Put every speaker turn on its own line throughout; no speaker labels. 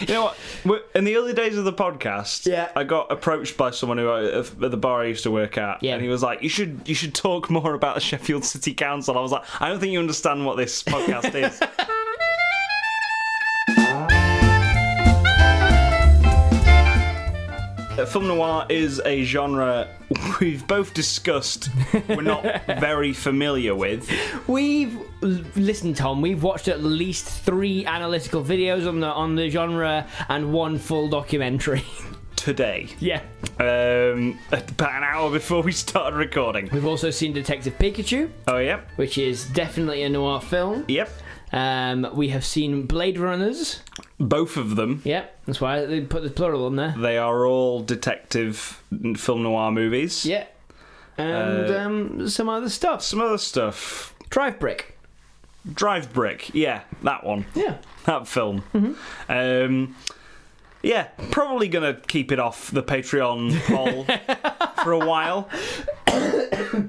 You know what? We're- In the early days of the podcast,
Yeah.
I got approached by someone who I, at the bar I used to work at,
Yeah.
and he was like, "You should, you should talk more about the Sheffield City Council." I was like, "I don't think you understand what this podcast is." Uh, Film noir is a genre we've both discussed. We're not very familiar with.
We've l- listened, Tom. We've watched at least three analytical videos on the on the genre and one full documentary.
today,
yeah,
um, about an hour before we started recording.
we've also seen Detective Pikachu,
Oh, yep.
which is definitely a noir film.
Yep.
Um, we have seen Blade Runners.
Both of them.
Yep, that's why they put the plural on there.
They are all detective n- film noir movies.
Yeah, and
Uh,
um, some other stuff.
Some other stuff.
Drive Brick.
Drive Brick. Yeah, that one.
Yeah.
That film. Um, yeah, probably going to keep it off the Patreon poll for a while.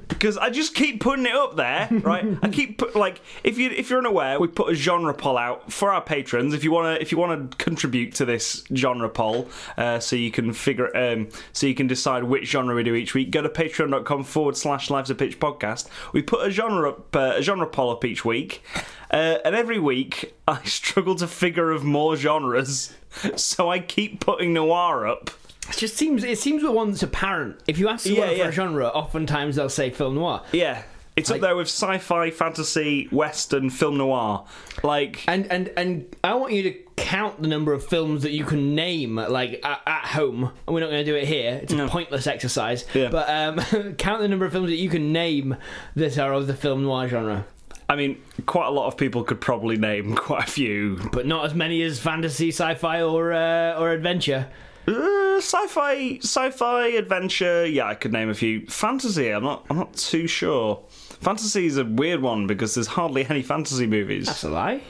because I just keep putting it up there, right? I keep put, like if you if you're unaware, we put a genre poll out for our patrons. If you wanna if you wanna contribute to this genre poll, uh, so you can figure um, so you can decide which genre we do each week. Go to patreon.com forward slash lives of pitch podcast. We put a genre up, uh, a genre poll up each week, uh, and every week I struggle to figure of more genres, so I keep putting noir up.
It just seems it seems the one that's apparent. If you ask someone
Yeah,
for
yeah.
a genre, oftentimes they'll say film noir.
Yeah. It's up there with sci-fi, fantasy, western, film noir. Like
And and and I want you to count the number of films that you can name, like at, at home. And we're not going to do it here; it's a pointless exercise.
Yeah.
But um, count the number of films that you can name that are of the film noir genre,
I mean, quite a lot of people could probably name quite a few.
but not as many as fantasy, sci-fi, or uh, or adventure.
Uh, sci-fi, sci-fi, adventure. Yeah, I could name a few. Fantasy. I'm not. I'm not too sure. Fantasy is a weird one because there's hardly any fantasy movies.
That's a lie.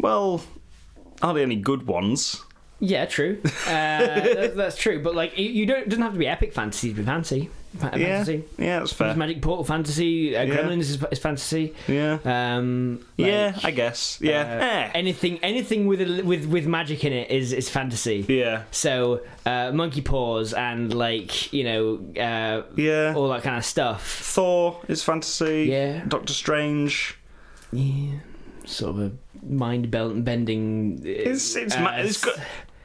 Well, hardly any good ones.
Yeah, true. Uh, that- that's true. But like, you, you don't it doesn't have to be epic fantasy to be fancy. Fa-
Yeah,
Fantasy.
yeah, that's
There's
fair.
Magic Portal fantasy. Uh,
Yeah.
Gremlins is, is fantasy.
Yeah,
Um, like, uh,
yeah, I guess. Yeah, Eh.
anything anything with a, with with magic in it is is fantasy.
yeah,
So uh, monkey paws and like you know uh,
yeah.
all that kind of stuff.
Thor is fantasy.
Yeah.
Doctor Strange.
Yeah, sort of a mind bel- bending. uh,
It's it's,
uh,
ma- it's got,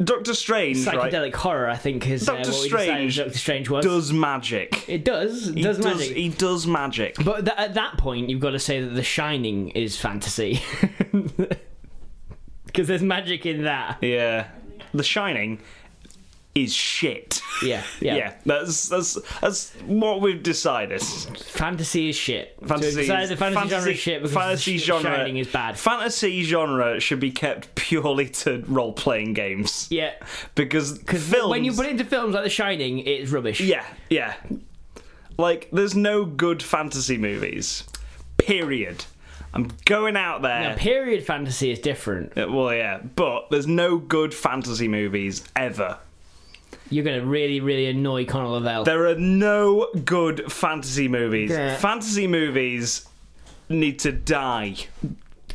Doctor Strange
psychedelic
right,
horror. I think is uh,
Doctor
what we decided
Strange
Doctor Strange was.
does magic.
it does
He
does magic.
He does magic.
but th- at that point, you've got to say that The Shining is fantasy, because there's magic in that.
Yeah, The Shining is shit.
Yeah,
Yeah.
yeah.
that's that's that's what we've decided.
Fantasy is shit.
Fantasy
so decided
is-
the fantasy, genre
fantasy-
is shit because
fantasy
the sh-
genre-
Shining is bad.
Fantasy genre should be kept purely to role playing games
Yeah,
because films.
when you put it into films like The Shining, it's rubbish.
yeah, yeah, like there's no good fantasy movies. Period. I'm going out there.
Now, period fantasy is different.
Uh, Well, yeah, but there's no good fantasy movies ever.
You're gonna really, really annoy Conor Lavelle.
There are no good fantasy movies.
Yeah.
Fantasy movies need to die.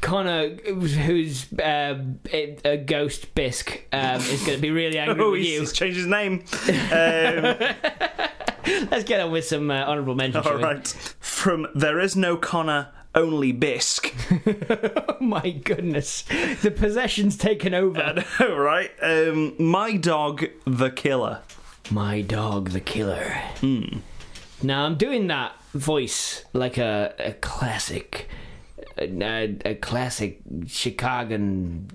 Connor, who's uh, a a ghost bisque, um, is gonna be really angry
Oh,
with
he's,
you.
he's changed his name. Um,
Let's get on with some uh, honourable mentions.
all
shall we?
right. From There Is No Connor, Only Bisque.
Oh my goodness, the possession's taken over.
all right. Um, My Dog, The Killer.
My dog, the killer. Hmm. Now I'm doing that voice like a, a classic, a, a- a classic Chicagoan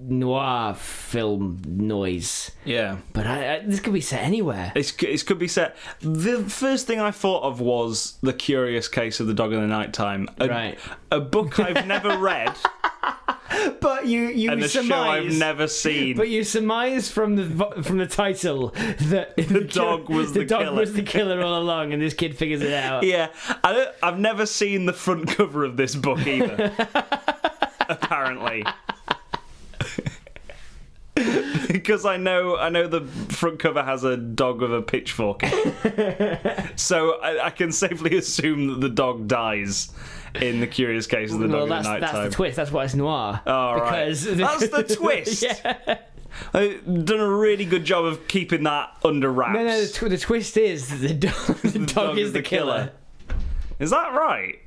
noir film noise.
Yeah.
But I, I, this could be set anywhere.
It's, it could be set. The first thing I thought of was The Curious Case of the Dog in the Nighttime. A,
Right.
A book I've never read.
But you, you
and a show I've
surmise.
never seen.
But you surmise from the vo- from the title that the,
dog was the
dog
killer.
was the killer all along, and this kid figures it out.
yeah, I don't, I've never seen the front cover of this book either. apparently, because I know I know the front cover has a dog with a pitchfork, in it. so I, I can safely assume that the dog dies in the Curious Case of the
well,
Dog in
that's
the
that's
Nighttime. Oh.
the twist. That's why it's noir.
All right.
because
That's the twist.
yeah.
They've done a really good job of keeping that under wraps.
No, no. The, tw- the twist is that the dog, the dog,
Dog
is, the, killer.
Is that right?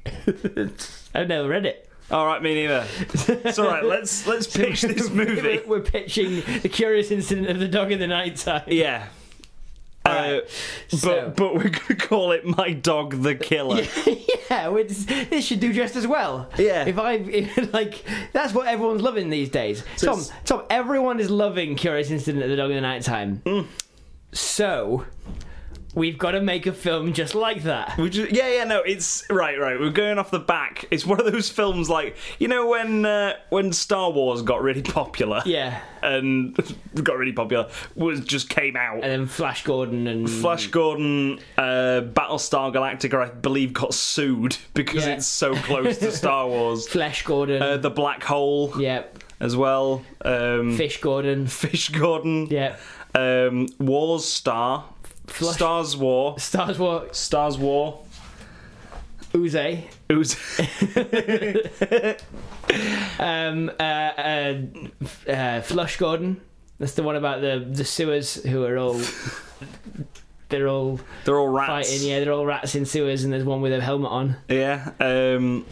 I've never read it.
All right, me neither. It's all right. Let's let's pitch this movie.
We're, we're pitching the curious incident of the dog in the night time.
Yeah. Uh,
Alright, so-
But but we're gonna call it my dog the killer.
yeah, we just- this should do just as well.
Yeah.
If I if, like, that's what everyone's loving these days.
So
Tom,
it's-
Tom, everyone is loving Curious Incident of the Dog in the Nighttime.
Mm.
So, we've got to make a film just like that.
We ju- yeah, yeah, no, it's right, right. We're going off the back. It's one of those films like you know when uh, when Star Wars got really popular.
Yeah.
and got really popular was just came out.
And then Flash Gordon and
Flash Gordon, uh, Battlestar Galactica, I believe, got sued because
Yeah.
it's so close to Star Wars.
Flesh Gordon.
Uh, the Black Hole,
yeah.
as well. Um,
Fish Gordon.
Fish Gordon.
Yeah.
Um, Wars Star.
Flush-
Stars War.
Star Wars
Stars War.
Uze.
It was
Um, uh, uh, f- uh, Flush Gordon. That's the one about the the sewers who are all they're all
they're all rats.
fighting. Yeah, they're all rats in sewers, and there's one with a helmet on.
Yeah. Um,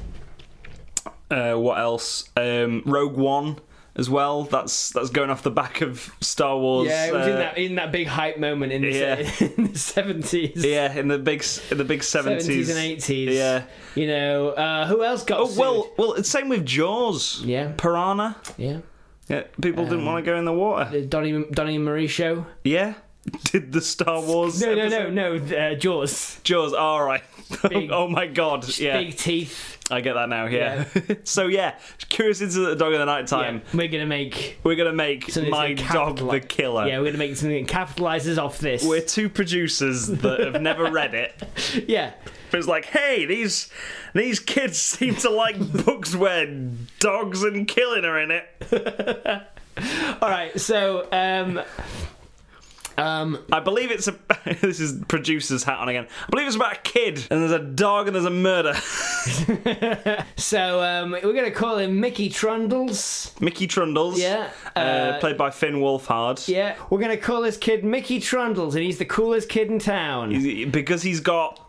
uh, what else? Um, Rogue One as well. That's that's going off the back of Star Wars.
Yeah, it was
uh,
in that in that big hype moment in the
Yeah.
seventies.
Yeah, in the big s- in the big seventies
Seventies and eighties.
Yeah.
You know, uh, who else got
Oh
sued?
well, well. It's same with Jaws.
Yeah.
Piranha.
Yeah.
Yeah, people didn't want to go in the water.
The Donnie Donnie and Marie show.
Yeah. Did the Star Wars?
No, no,
episode-
no, no. Uh, Jaws.
Jaws. All right.
Big-
oh my god. Yeah,
Big teeth.
I get that now. Yeah. so yeah, curious into the dog of the night time.
Yeah, we're gonna make
We're gonna make
something
my
that's gonna
dog the
capitali-
killer.
Yeah, we're gonna make something that capitalizes off this.
We're two producers that have never read it.
Yeah,
But it's like, hey, these these kids seem to like books where dogs and killing are in it.
All right, so um, um,
I believe it's a. this is producer's hat on again. I believe it's about a kid, and there's a dog, and there's a murder.
so um, we're gonna call him Mickey Trundles.
Mickey Trundles.
Yeah,
Uh,
uh,
played by Finn Wolfhard.
yeah. We're gonna call this kid Mickey Trundles, and he's the coolest kid in town. He's
Because he's got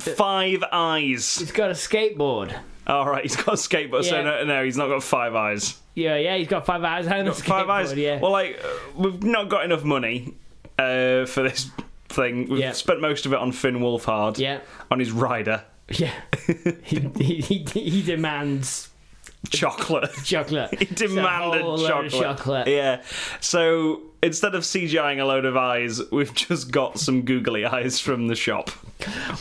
five eyes.
got a skateboard.
All right, he's got a skateboard. So
Yeah.
no, no, he's not got five eyes.
Yeah, yeah. He's got five eyes and a skateboard.
Five eyes.
Yeah.
Well, like uh, we've not got enough money uh, for this thing. We've
Yeah.
spent most of it on Finn Wolfhard.
yeah.
On his rider,
Yeah. he, he, he, he demands
chocolate.
chocolate.
He demanded chocolate.
chocolate.
Yeah. So instead of CGIing a load of eyes, we've just got some googly eyes from the shop.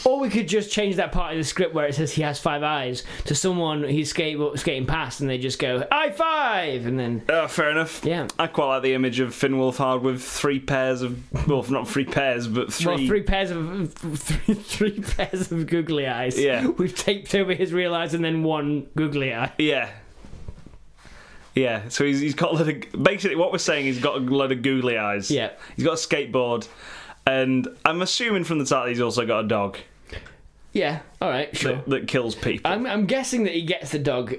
Or we could just change that part of the script where it says he has five eyes to someone he's skate, skating past, and they just go "high five, and then
Uh, fair enough.
Yeah.
I quite like the image of Finn Wolfhard with three pairs of, well, not three pairs, but three.
Well, three pairs of three, three pairs of googly eyes.
Yeah.
we've taped over his real eyes and then one googly eye.
Yeah. Yeah, so he's, he's got a lot of. Basically, what we're saying is he's got a lot of googly eyes.
Yeah.
He's got a skateboard, and I'm assuming from the title he's also got a dog
Yeah. All right. Sure.
that, that kills people.
I'm I'm guessing that he gets the dog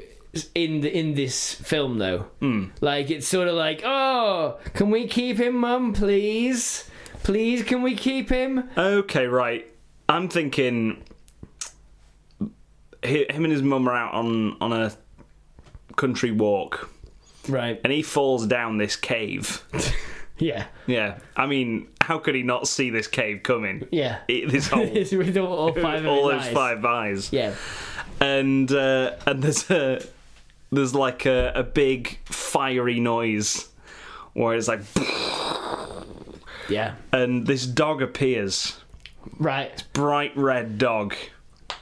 in the, in this film though.
Hmm.
Like it's sort of like, oh, can we keep him, Mum? Please, please, can we keep him?
Okay, right. I'm thinking hi- him and his mum are out on on a country walk,
Right.
and he falls down this cave.
Yeah.
yeah, I mean, how could he not see this cave coming?
Yeah.
It- this whole
It's with all, all five of
all
his
those
eyes.
five eyes,
Yeah.
and uh, and there's a there's like a, a big fiery noise where it's like,
Yeah.
and this dog appears,
Right.
bright red dog,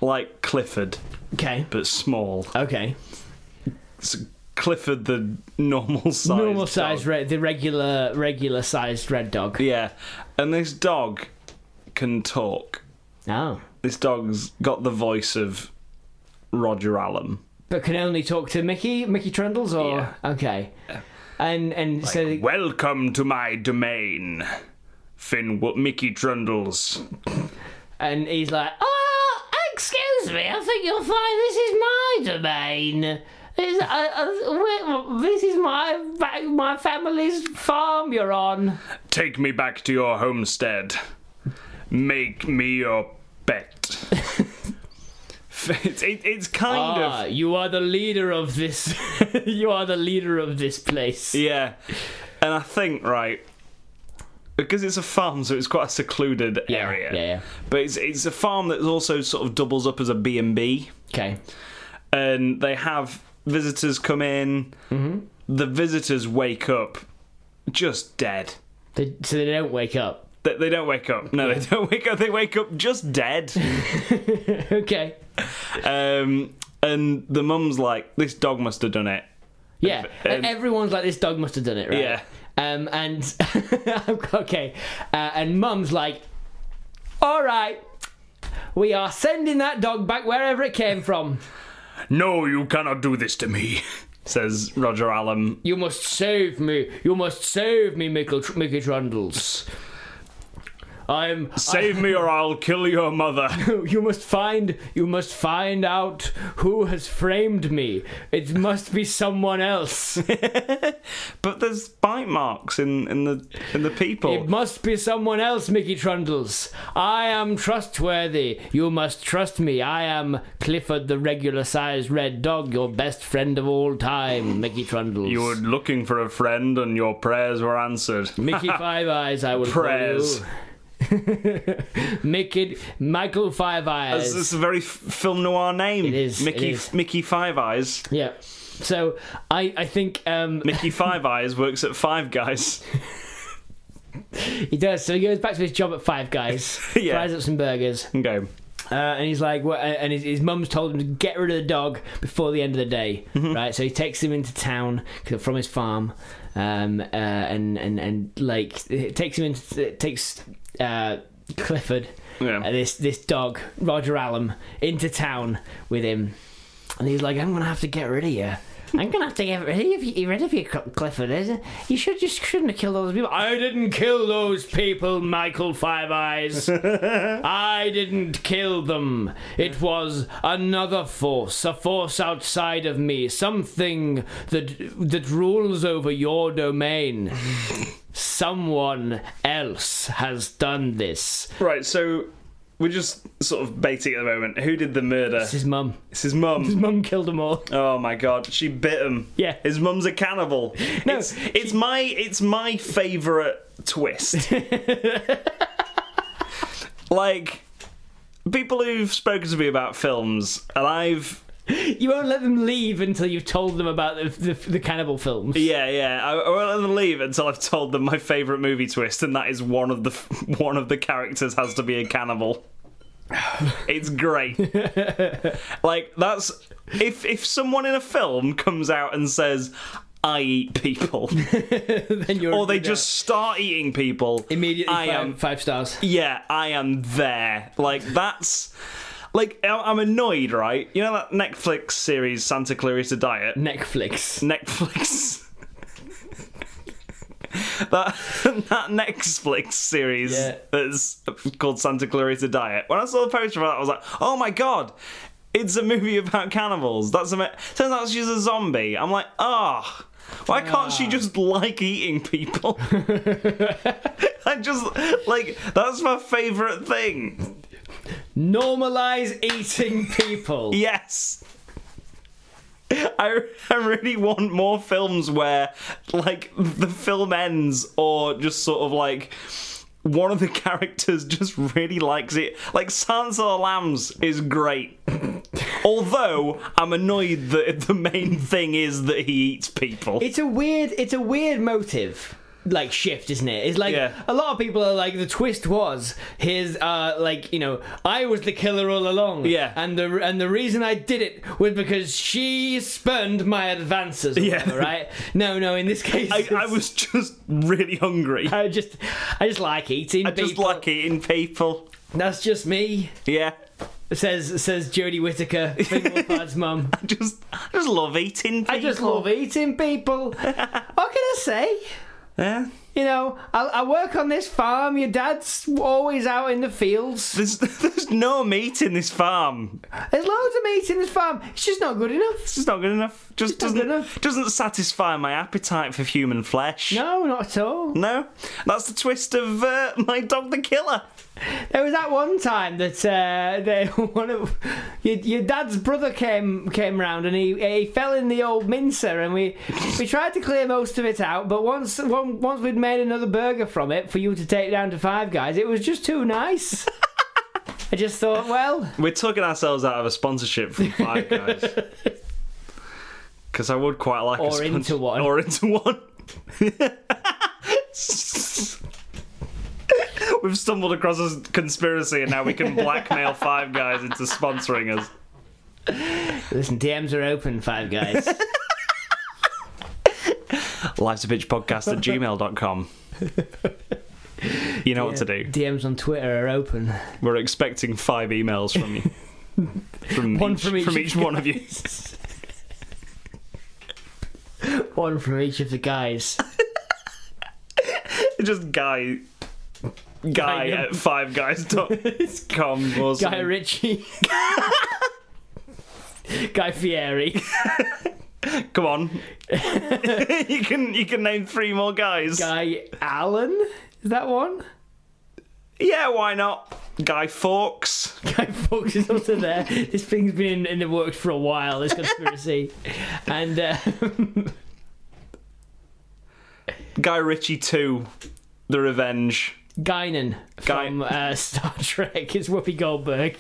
like Clifford
Okay.
but small.
Okay.
It's Clifford the normal size.
Normal size,
dog.
re- the regular, regular sized red dog.
Yeah. And this dog can talk.
Oh.
This dog's got the voice of Roger Allen.
but can only talk to Mickey, Mickey Trundles, or
Yeah.
okay, and and so
Welcome to my domain. Finn what Mickey Trundles.
and he's like, oh, excuse me, I think you'll find this is my domain. Is, uh, uh, wait, this is my ba- my family's farm you're on.
Take me back to your homestead. Make me your pet. it's, it, it's kind
Ah,
of.
you are the leader of this. you are the leader of this place.
Yeah. And I think, right. Because it's a farm, so it's quite a secluded
Yeah,
area.
yeah, yeah.
But it's it's a farm that also sort of doubles up as a B and B,
Okay.
and they have visitors come in. The visitors wake up, just dead.
They, so they don't wake up.
They, they don't wake up. No, they don't wake up. They wake up just dead.
Okay.
Um, and the mum's like, "This dog must have done it."
Yeah.
And-
Everyone's like, this dog must have done it, right?
Yeah.
Um, and okay, uh, and Mum's like, all right, we are sending that dog back wherever it came from.
No, you cannot do this to me, says Roger Allam.
You must save me. You must save me, Mickle, Mickey Trundles. I'm.
Save me, or I'll kill your mother.
You must find. You must find out who has framed me. It must be someone else.
but there's bite marks in, in the in the
It
people.
must be someone else, Mickey Trundles. I am trustworthy. You must trust me. I am Clifford the regular sized red dog, your best friend of all time, Mickey Trundles.
You were looking for a friend, and your prayers were answered.
Mickey Five Eyes, I will
Prayers.
call you. Mickey Michael Five Eyes.
This is a very f- film noir name. It
is, it
Mickey
is.
Mickey Five Eyes.
yeah. So I, I think um,
Mickey Five Eyes works at Five Guys.
he does. So he goes back to his job at Five Guys,
Yeah.
fries up some burgers,
Okay.
Uh, and he's like, what, and his, his mum's told him to get rid of the dog before the end of the day, right? So he takes him into town 'cause- from his farm, um, uh, and and and like it takes him into it takes uh, Clifford,
Yeah.
uh, this this dog Roger Allam into town with him, and he's like, I'm gonna have to get rid of you. I'm gonna have to get rid of you, rid of you, Cl- Clifford. Is it? You should just shouldn't have killed those people. I didn't kill those people, Michael Five Eyes. I didn't kill them. It was another force, a force outside of me, something that that rules over your domain. Someone else has done this.
Right. So we're just sort of baiting at the moment. Who did the murder?
It's his mum.
It's his mum.
His mum killed them all.
Oh my god, she bit him.
Yeah.
His mum's a cannibal.
No,
it's, it's my it's my favorite twist. like people who've spoken to me about films and I've
You won't let them leave until you've told them about the, the, the cannibal films.
yeah, yeah. I, I won't let them leave until I've told them my favorite movie twist, and that is one of the one of the characters has to be a cannibal. It's great. like that's if if someone in a film comes out and says, "I eat people,"
then you're
or they just start eating people
immediately
I
five,
am
five stars.
yeah, I am there. Like that's. Like I- I'm annoyed, right? You know that Netflix series Santa Clarita Diet.
Netflix.
Netflix. that that Netflix series
Yeah.
that's called Santa Clarita Diet. When I saw the poster for that, I was like, "Oh my god, it's a movie about cannibals." That's a turns out she's a zombie. I'm like, ah. Why can't she just like eating people? I just like that's my favorite thing.
Normalize eating people.
Yes. I, I really want more films where, like, the film ends or just sort of like one of the characters just really likes it. Like, Silence of the Lambs is great. Although, I'm annoyed that the main thing is that he eats people.
It's a weird. It's a weird motive. Like shift, isn't it? It's like
Yeah.
a lot of people are like the twist was his uh like you know I was the killer all along
Yeah.
and the and the reason I did it was because she spurned my advances or
Yeah.
whatever, right no no in this case
I, I was just really hungry. I
I just I just like eating people
just like eating people.
that's just me
Yeah.
says says Jodie Whittaker Finglepad's mum
I just, I just love eating people.
I just love eating people what can I say
Yeah.
You know, I, I work on this farm. Your dad's always out in the fields.
There's there's no meat in this farm.
There's loads of meat in this farm. It's just not good enough.
It's just not good enough. Just
It's not
doesn't
good enough.
doesn't satisfy my appetite for human flesh.
No, not at all.
No? that's the twist of uh, my dog the killer.
There was that one time that uh, they, one of your, your dad's brother came came round and he he fell in the old mincer and we we tried to clear most of it out, but once one, once we'd made another burger from it for you to take down to Five Guys, it was just too nice. I just thought, well,
We're talking ourselves out of a sponsorship from Five Guys. Because I would quite like a
Or
sponsor-
into one.
Or into one. We've stumbled across a conspiracy and now we can blackmail Five Guys into sponsoring us.
listen, DMs are open, Five Guys.
Life's a Bitch Podcast at gmail.com. You know what to do.
DMs on Twitter are open.
We're expecting five emails from you. From
One
each,
from each of you
one of you.
One from each of the guys.
Just guy. Guy
num-
at fiveguys.com or
Guy
something.
Ritchie. Guy Fieri.
Come on. you can you can name three more guys.
Guy Allen? Is that one?
Yeah, why not? Guy Fawkes.
Guy Fawkes is also there. This thing's been in, in the works for a while, this conspiracy. and uh,
Guy Ritchie 2. The Revenge.
Guinan from uh, Star Trek is Whoopi Goldberg.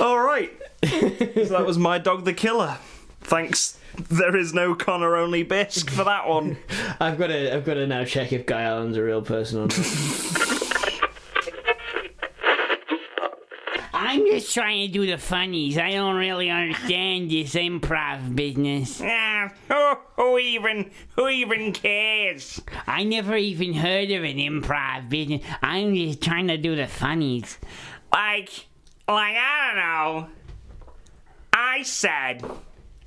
All right. so that was my dog the killer. Thanks. There is no Connor only bisque for that one.
I've got to I've got to now check if Guy Allen's a real person or not.
I'm just trying to do the funnies. I don't really understand this improv business.
Ah, oh, who even who even cares?
I never even heard of an improv business. I'm just trying to do the funnies.
Like, like I don't know. I said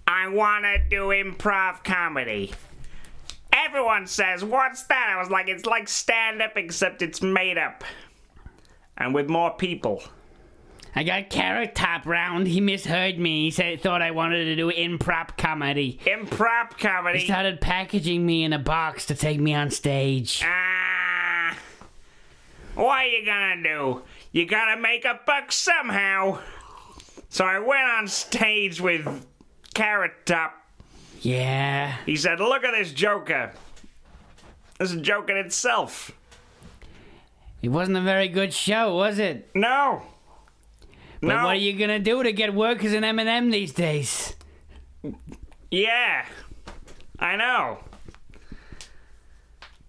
I want to do improv comedy. Everyone says, "What's that?" I was like, "It's like stand-up, except it's made up, and with more people."
I got Carrot Top round. He misheard me. He said thought I wanted to do improv comedy.
Improv
He
comedy.
started packaging me in a box to take me on stage.
Ah, what are you gonna do? You gotta make a buck somehow. So I went on stage with Carrot Top.
Yeah.
He said, Look at this Joker. This is a joke in itself.
It wasn't a very good show, was it?
No.
But
no.
what are you gonna do to get work as an M&M these days?
Yeah. I know.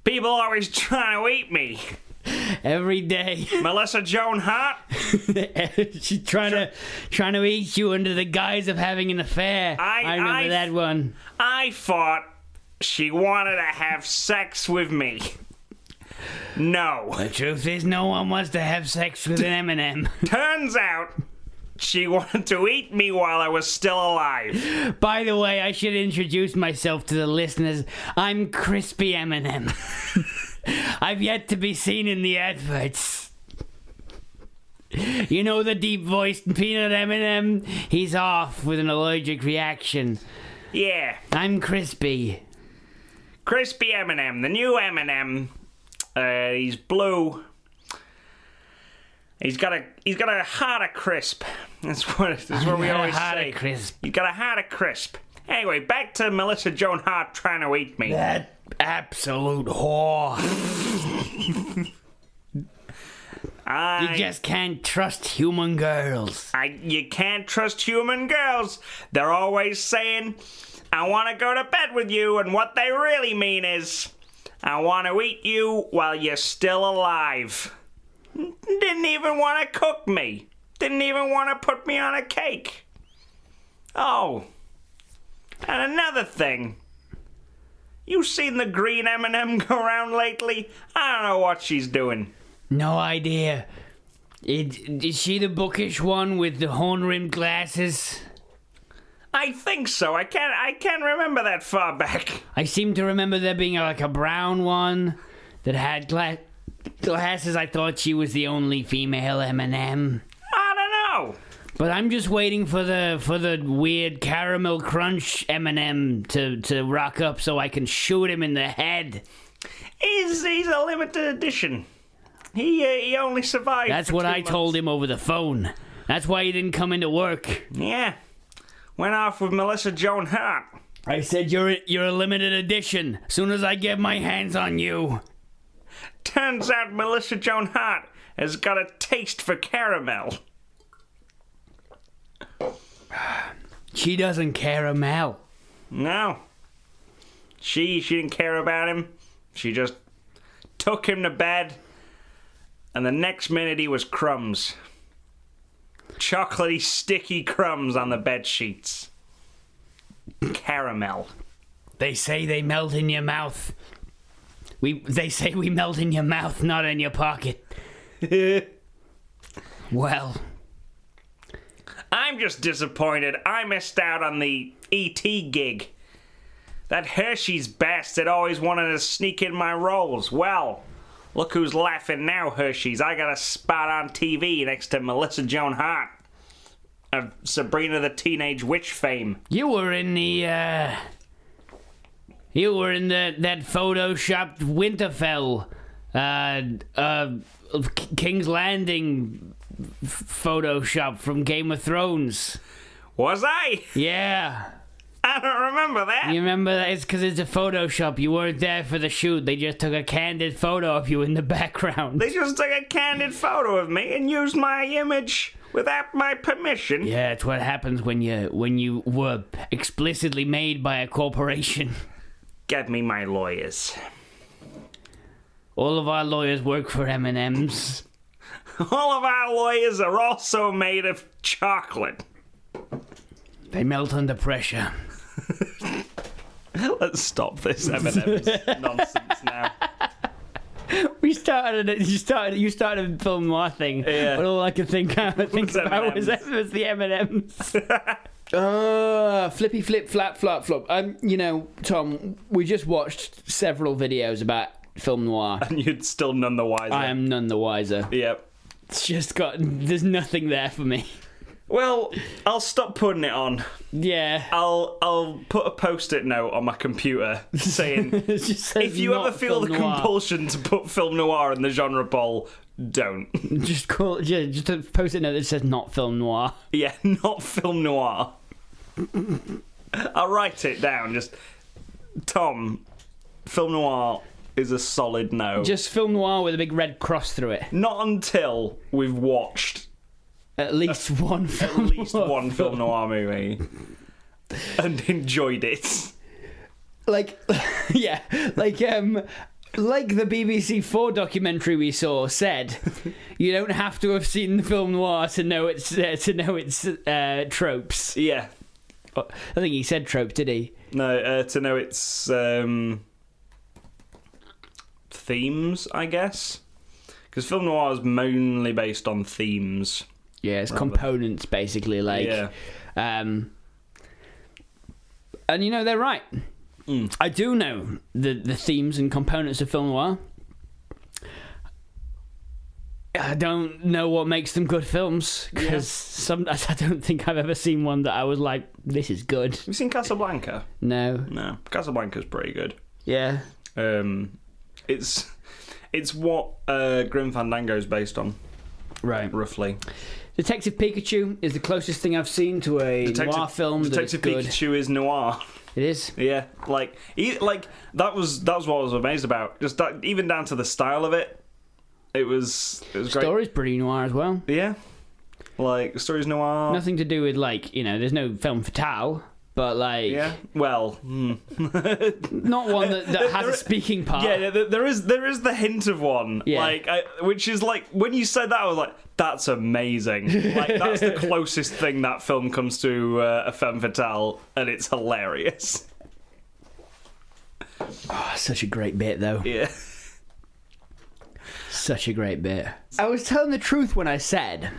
People always trying to eat me.
Every day.
Melissa Joan Hart?
She's trying to trying to eat you under the guise of having an affair.
I-
remember
I-
that one.
I thought she wanted to have sex with me. No.
The truth is, no one wants to have sex with an Eminem.
Turns out she wanted to eat me while I was still alive.
By the way, I should introduce myself to the listeners. I'm Crispy Eminem. I've yet to be seen in the adverts. You know the deep-voiced peanut Eminem? He's off with an allergic reaction.
Yeah.
I'm Crispy.
Crispy Eminem, the new Eminem. Uh, he's blue. He's got a he's got a heart of crisp. That's what that's what we
Got a
always
heart of
say.
crisp.
He's got a heart of crisp. Anyway, back to Melissa Joan Hart trying to eat me.
That absolute whore.
I,
You just can't trust human girls.
I you can't trust human girls. They're always saying, "I want to go to bed with you," and what they really mean is, "I want to eat you while you're still alive." Didn't even want to cook me. Didn't even want to put me on a cake. Oh, and another thing. You seen the green M&M go around lately? I don't know what she's doing.
No idea. It, is she the bookish one with the horn rimmed glasses?
I think so. I can't. I can't remember that far back.
I seem to remember there being like a brown one that had gla- glasses. I thought she was the only female M&M.
I don't know.
But I'm just waiting for the for the weird caramel crunch M&M to to rock up so I can shoot him in the head.
He's he's a limited edition. He uh, he only survived.
That's
for
what
two
I
months.
told him over the phone. That's why he didn't come into work.
Yeah, went off with Melissa Joan Hart.
I said you're a- you're a limited edition. Soon as I get my hands on you,
Turns out Melissa Joan Hart has got a taste for caramel.
she doesn't caramel.
No, she she didn't care about him. She just took him to bed, and the next minute he was crumbs. Chocolatey, sticky crumbs on the bed sheets. Caramel.
They say they melt in your mouth. We they say we melt in your mouth, not in your pocket. well,
I'm just disappointed. I missed out on the ET gig. That Hershey's bastard always wanted to sneak in my roles. Well, look who's laughing now, Hershey's. I got a spot on TV next to Melissa Joan Hart of Sabrina the Teenage Witch fame.
you were in the uh you were in the that photoshopped Winterfell uh uh King's Landing f- photoshop from Game of Thrones.
Was I?
Yeah.
I don't remember that.
You remember that it's cuz it's a photoshop. You weren't there for the shoot. They just took a candid photo of you in the background.
They just took a candid photo of me and used my image without my permission.
Yeah, it's what happens when you when you were explicitly made by a corporation.
Get me my lawyers.
All of our lawyers work for M&Ms.
All of our lawyers are also made of chocolate.
They melt under pressure.
Let's stop this Eminem's nonsense now.
We started it. You started. You started film noir thing.
Yeah.
But all I could think of, think
Was
about was,
M&Ms.
was the M&Ms.
Uh, flippy flip flap flop flop. Um, you know, Tom, we just watched several videos about film noir.
And you'd still none the wiser.
I am none the wiser.
Yep.
It's just got there's nothing there for me.
Well, I'll stop putting it on.
Yeah.
I'll I'll put a post-it note on my computer saying,
It just says
"If you
not
ever feel the
film noir.
compulsion to put film noir in the genre bowl, don't."
just call just, just a post-it note that says not film noir.
yeah, not film noir. I'll write it down. Just Tom, film noir is a solid no.
Just film noir with a big red cross through it.
not until we've watched
At least one
at
film.
least
noir.
one film noir movie and enjoyed it.
like yeah like um like the BBC 4 documentary we saw said you don't have to have seen the film noir to know its uh, to know its uh, tropes
Yeah.
I think he said trope did he
No, uh, to know its um, themes, I guess. Because film noir is mainly based on themes.
yeah it's components basically like
Yeah.
um and you know they're right
Mm.
I do know the the themes and components of film noir I don't know what makes them good films because
Yeah.
some I don't think I've ever seen one that I was like, this is good.
Have you seen Casablanca?
No,
No, Casablanca's pretty good.
yeah,
Um, it's it's what uh, Grim Fandango is based on,
right.
roughly.
Detective Pikachu is the closest thing I've seen to a noir film that is
Detective
good.
Pikachu is noir.
It is.
Yeah, like e like that was that was what I was amazed about. Just that, even down to the style of it, it was it was great.
Story's pretty noir as well.
Yeah, like stories noir.
Nothing to do with like you know, there's no film fatale, but like
Yeah, well, hmm.
not one that, that has
there-
a speaking part.
yeah, there, there is there is the hint of one,
Yeah.
like I, which is like when you said that, I was like, that's amazing. like that's the closest thing that film comes to uh, a femme fatale, and it's hilarious.
Oh, such a great bit though.
Yeah,
Such a great bit. I was telling the truth when I said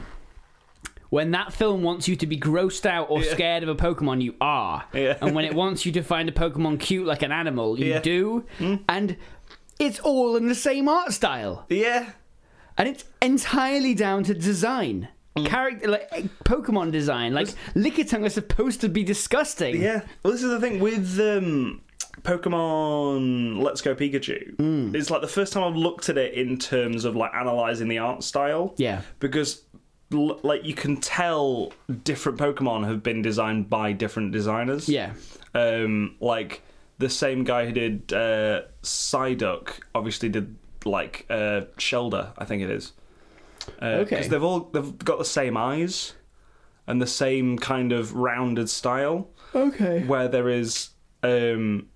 when that film wants you to be grossed out or
Yeah.
scared of a Pokemon, you are.
Yeah.
And when it wants you to find a Pokemon cute like an animal, you
Yeah. Hmm?
do. And it's all in the same art style.
Yeah.
And it's entirely down to design.
Hmm.
Character, like eh, Pokemon design, like Lickitung is supposed to be disgusting.
Yeah. Well, this is the thing with um, Pokemon Let's Go Pikachu.
Mm.
It's like the first time I've looked at it in terms of like analyzing the art style.
Yeah.
Because l- like you can tell different Pokemon have been designed by different designers.
Yeah.
Um, like the same guy who did uh, Psyduck obviously did like uh, Shelder, I think it is. Uh,
Okay.
Because they've all they've got the same eyes and the same kind of rounded style
Okay.
where there is um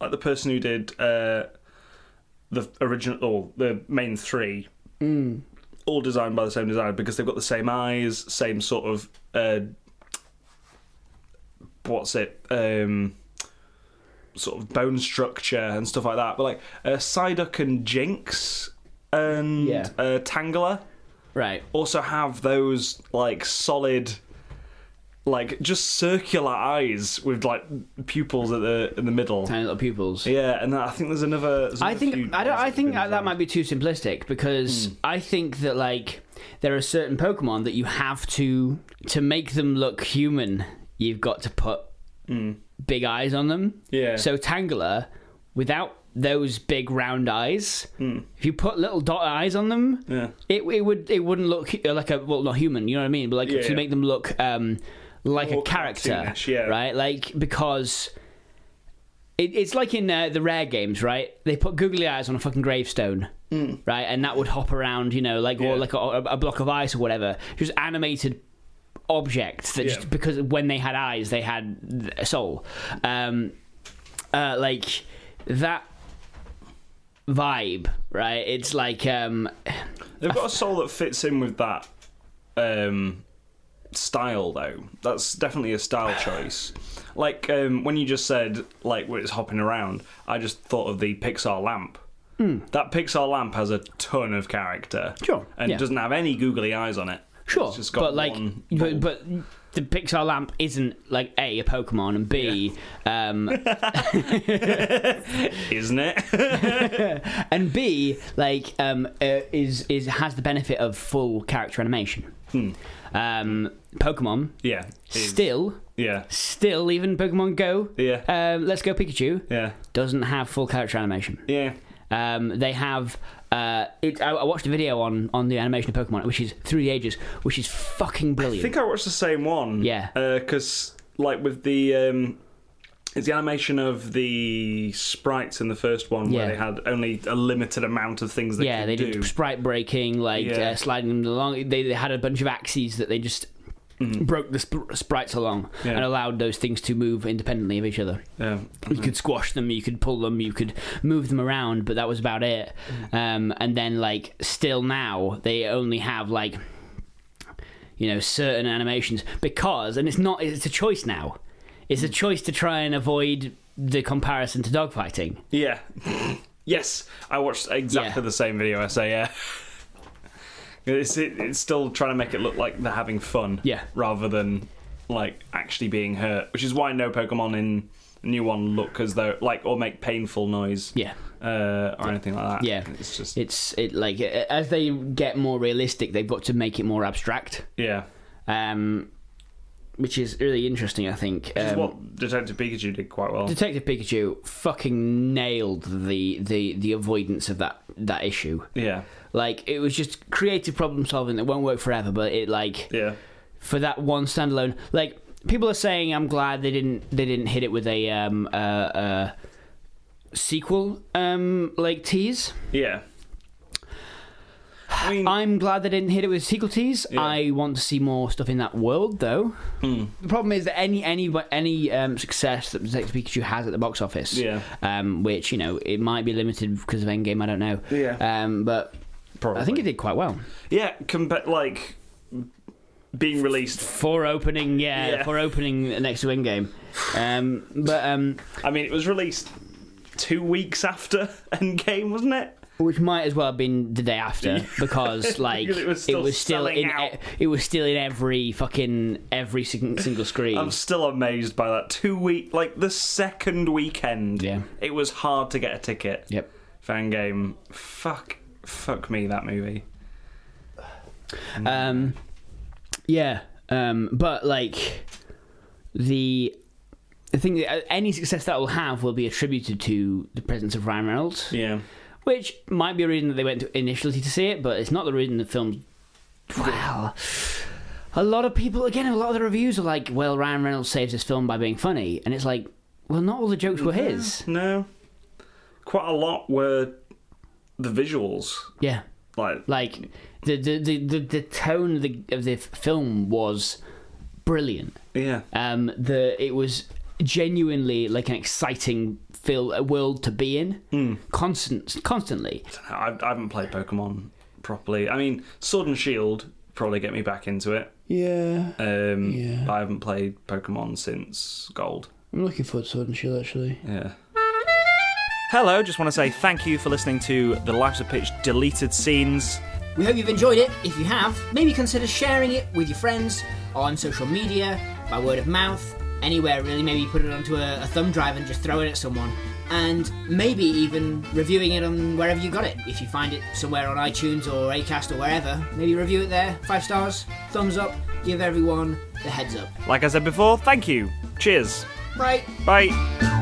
like the person who did uh the original or the main three
Mm.
all designed by the same designer because they've got the same eyes same sort of uh what's it um sort of bone structure and stuff like that but like uh, Psyduck and Jinx and
Yeah.
uh, Tangela
Right.
also have those like solid like just circular eyes with like pupils at the in the middle
Tiny little pupils.
yeah and i think there's another there's
I
another few
think I don't.
ones
I
have
think
been
that, that
designed.
might be too simplistic
Hmm.
because I think that like there are certain Pokemon that you have to to make them look human. You've got to put big eyes on them.
Hmm. Yeah.
So Tangela, without those big round eyes, if you put little dot eyes on them,
Hmm. Yeah.
it it would it wouldn't look hu- like a well not human. You know what I mean? But like
Yeah,
to
yeah.
make them look um like
More
a character,
cartoonish, yeah.
right? Like because. It, it's like in uh, the rare games, right? They put googly eyes on a fucking gravestone, right? And that would hop around, you know, like
Mm. Yeah.
or like a, a block of ice or whatever. Just animated objects that
Yeah.
just because when they had eyes, they had a soul. Um, uh, like that vibe, right? It's like um,
they've got a soul that fits in with that um style though that's definitely a style choice like um when you just said like where it's hopping around i just thought of the pixar lamp that pixar lamp has a ton of character
Hmm. Sure,
and
yeah.
doesn't have any googly eyes on it
Sure,
it's just got
but like,
one
but, but the Pixar lamp isn't like a a Pokemon and B, um,
isn't it
and B like um uh, is is has the benefit of full character animation. Um, Pokemon
Yeah. Hmm. it is.
still,
Yeah.
still even Pokemon Go.
Yeah.
Um, Let's go Pikachu
Yeah.
doesn't have full character animation.
Yeah.
Um, they have. Uh, it, I, I watched a video on on the animation of Pokemon, which is through the ages, which is fucking
I
brilliant.
think I watched the same one.
Yeah.
Because like with the um, it's the animation of the sprites in the first one where
Yeah.
they had only a limited amount of things they
yeah,
could
they
do.
did sprite breaking, like
Yeah.
uh, sliding them along. They, they had a bunch of axes that they just broke the sp- sprites along
Mm. Yeah.
and allowed those things to move independently of each other.
yeah.
You could squash them, you could pull them, you could move them around, but that was about it.
Mm.
Um, and then, like, still now, they only have, like, you know, certain animations because, and it's not, it's a choice now. It's
Mm.
a choice to try and avoid the comparison to dogfighting.
Yeah. yes, I watched exactly
Yeah.
the same video essay. Yeah. It's it, it's still trying to make it look like they're having fun.
Yeah.
Rather than like actually being hurt, which is why no Pokemon in new one look as though like or make painful noise.
Yeah.
uh, or anything like that.
Yeah.
it's just
it's it like a- as they get more realistic they've got to make it more abstract
yeah.
um which is really interesting i think
Which is
Um,
what Detective Pikachu did quite well.
detective pikachu fucking nailed the the the avoidance of that that issue
yeah,
like it was just creative problem solving that won't work forever but it like
yeah,
for that one standalone like people are saying i'm glad they didn't they didn't hit it with a um uh, uh sequel um like tease
yeah. I mean,
I'm glad they didn't hit it with sequel tease.
Yeah. Hmm.
I want to see more stuff in that world, though. The problem is that any any any um, success that Detective Pikachu has at the box office,
Yeah.
um, which you know it might be limited because of Endgame. I don't know.
Yeah.
um, but
probably.
I think it did quite well
yeah, compa- like being released.
for opening. Yeah,
Yeah.
for opening next to Endgame. Um, but um,
I mean, it was released two weeks after Endgame, wasn't it?
which might as well have been the day after because like
Because it was still selling
in e
out.
it was still in every fucking every sing- single screen.
I'm still amazed by that. Two week, like the second weekend,
Yeah.
it was hard to get a ticket.
Yep.
Fan game, fuck, fuck me that movie.
Um, yeah, um, but like the the thing that any success that will have will be attributed to the presence of Ryan Reynolds,
Yeah,
which might be a reason that they went to initially to see it, but it's not the reason the film. Well, a lot of people again, a lot of the reviews are like, "Well, Ryan Reynolds saves this film by being funny," and it's like, well, not all the jokes were his.
no, quite a lot were the visuals.
Yeah.
Like,
like the the the, the, the tone of the, of the film was brilliant
yeah,
um the it was genuinely like an exciting feel a world to be in constant constantly
I, I haven't played Pokemon properly. I mean, Sword and Shield probably get me back into it.
Yeah,
Um,
Yeah.
I haven't played Pokemon since Gold.
I'm looking forward to Sword and Shield actually.
Yeah. Hello, just want to say thank you for listening to the Lives of Pitch deleted scenes.
We hope you've enjoyed it. If you have, maybe consider sharing it with your friends on social media, by word of mouth, anywhere really. Maybe put it onto a, a thumb drive and just throw it at someone. And maybe even reviewing it on wherever you got it. If you find it somewhere on iTunes or Acast or wherever, maybe review it there. Five stars, thumbs up, give everyone the heads up.
Like I said before, thank you. Cheers.
Right.
Bye.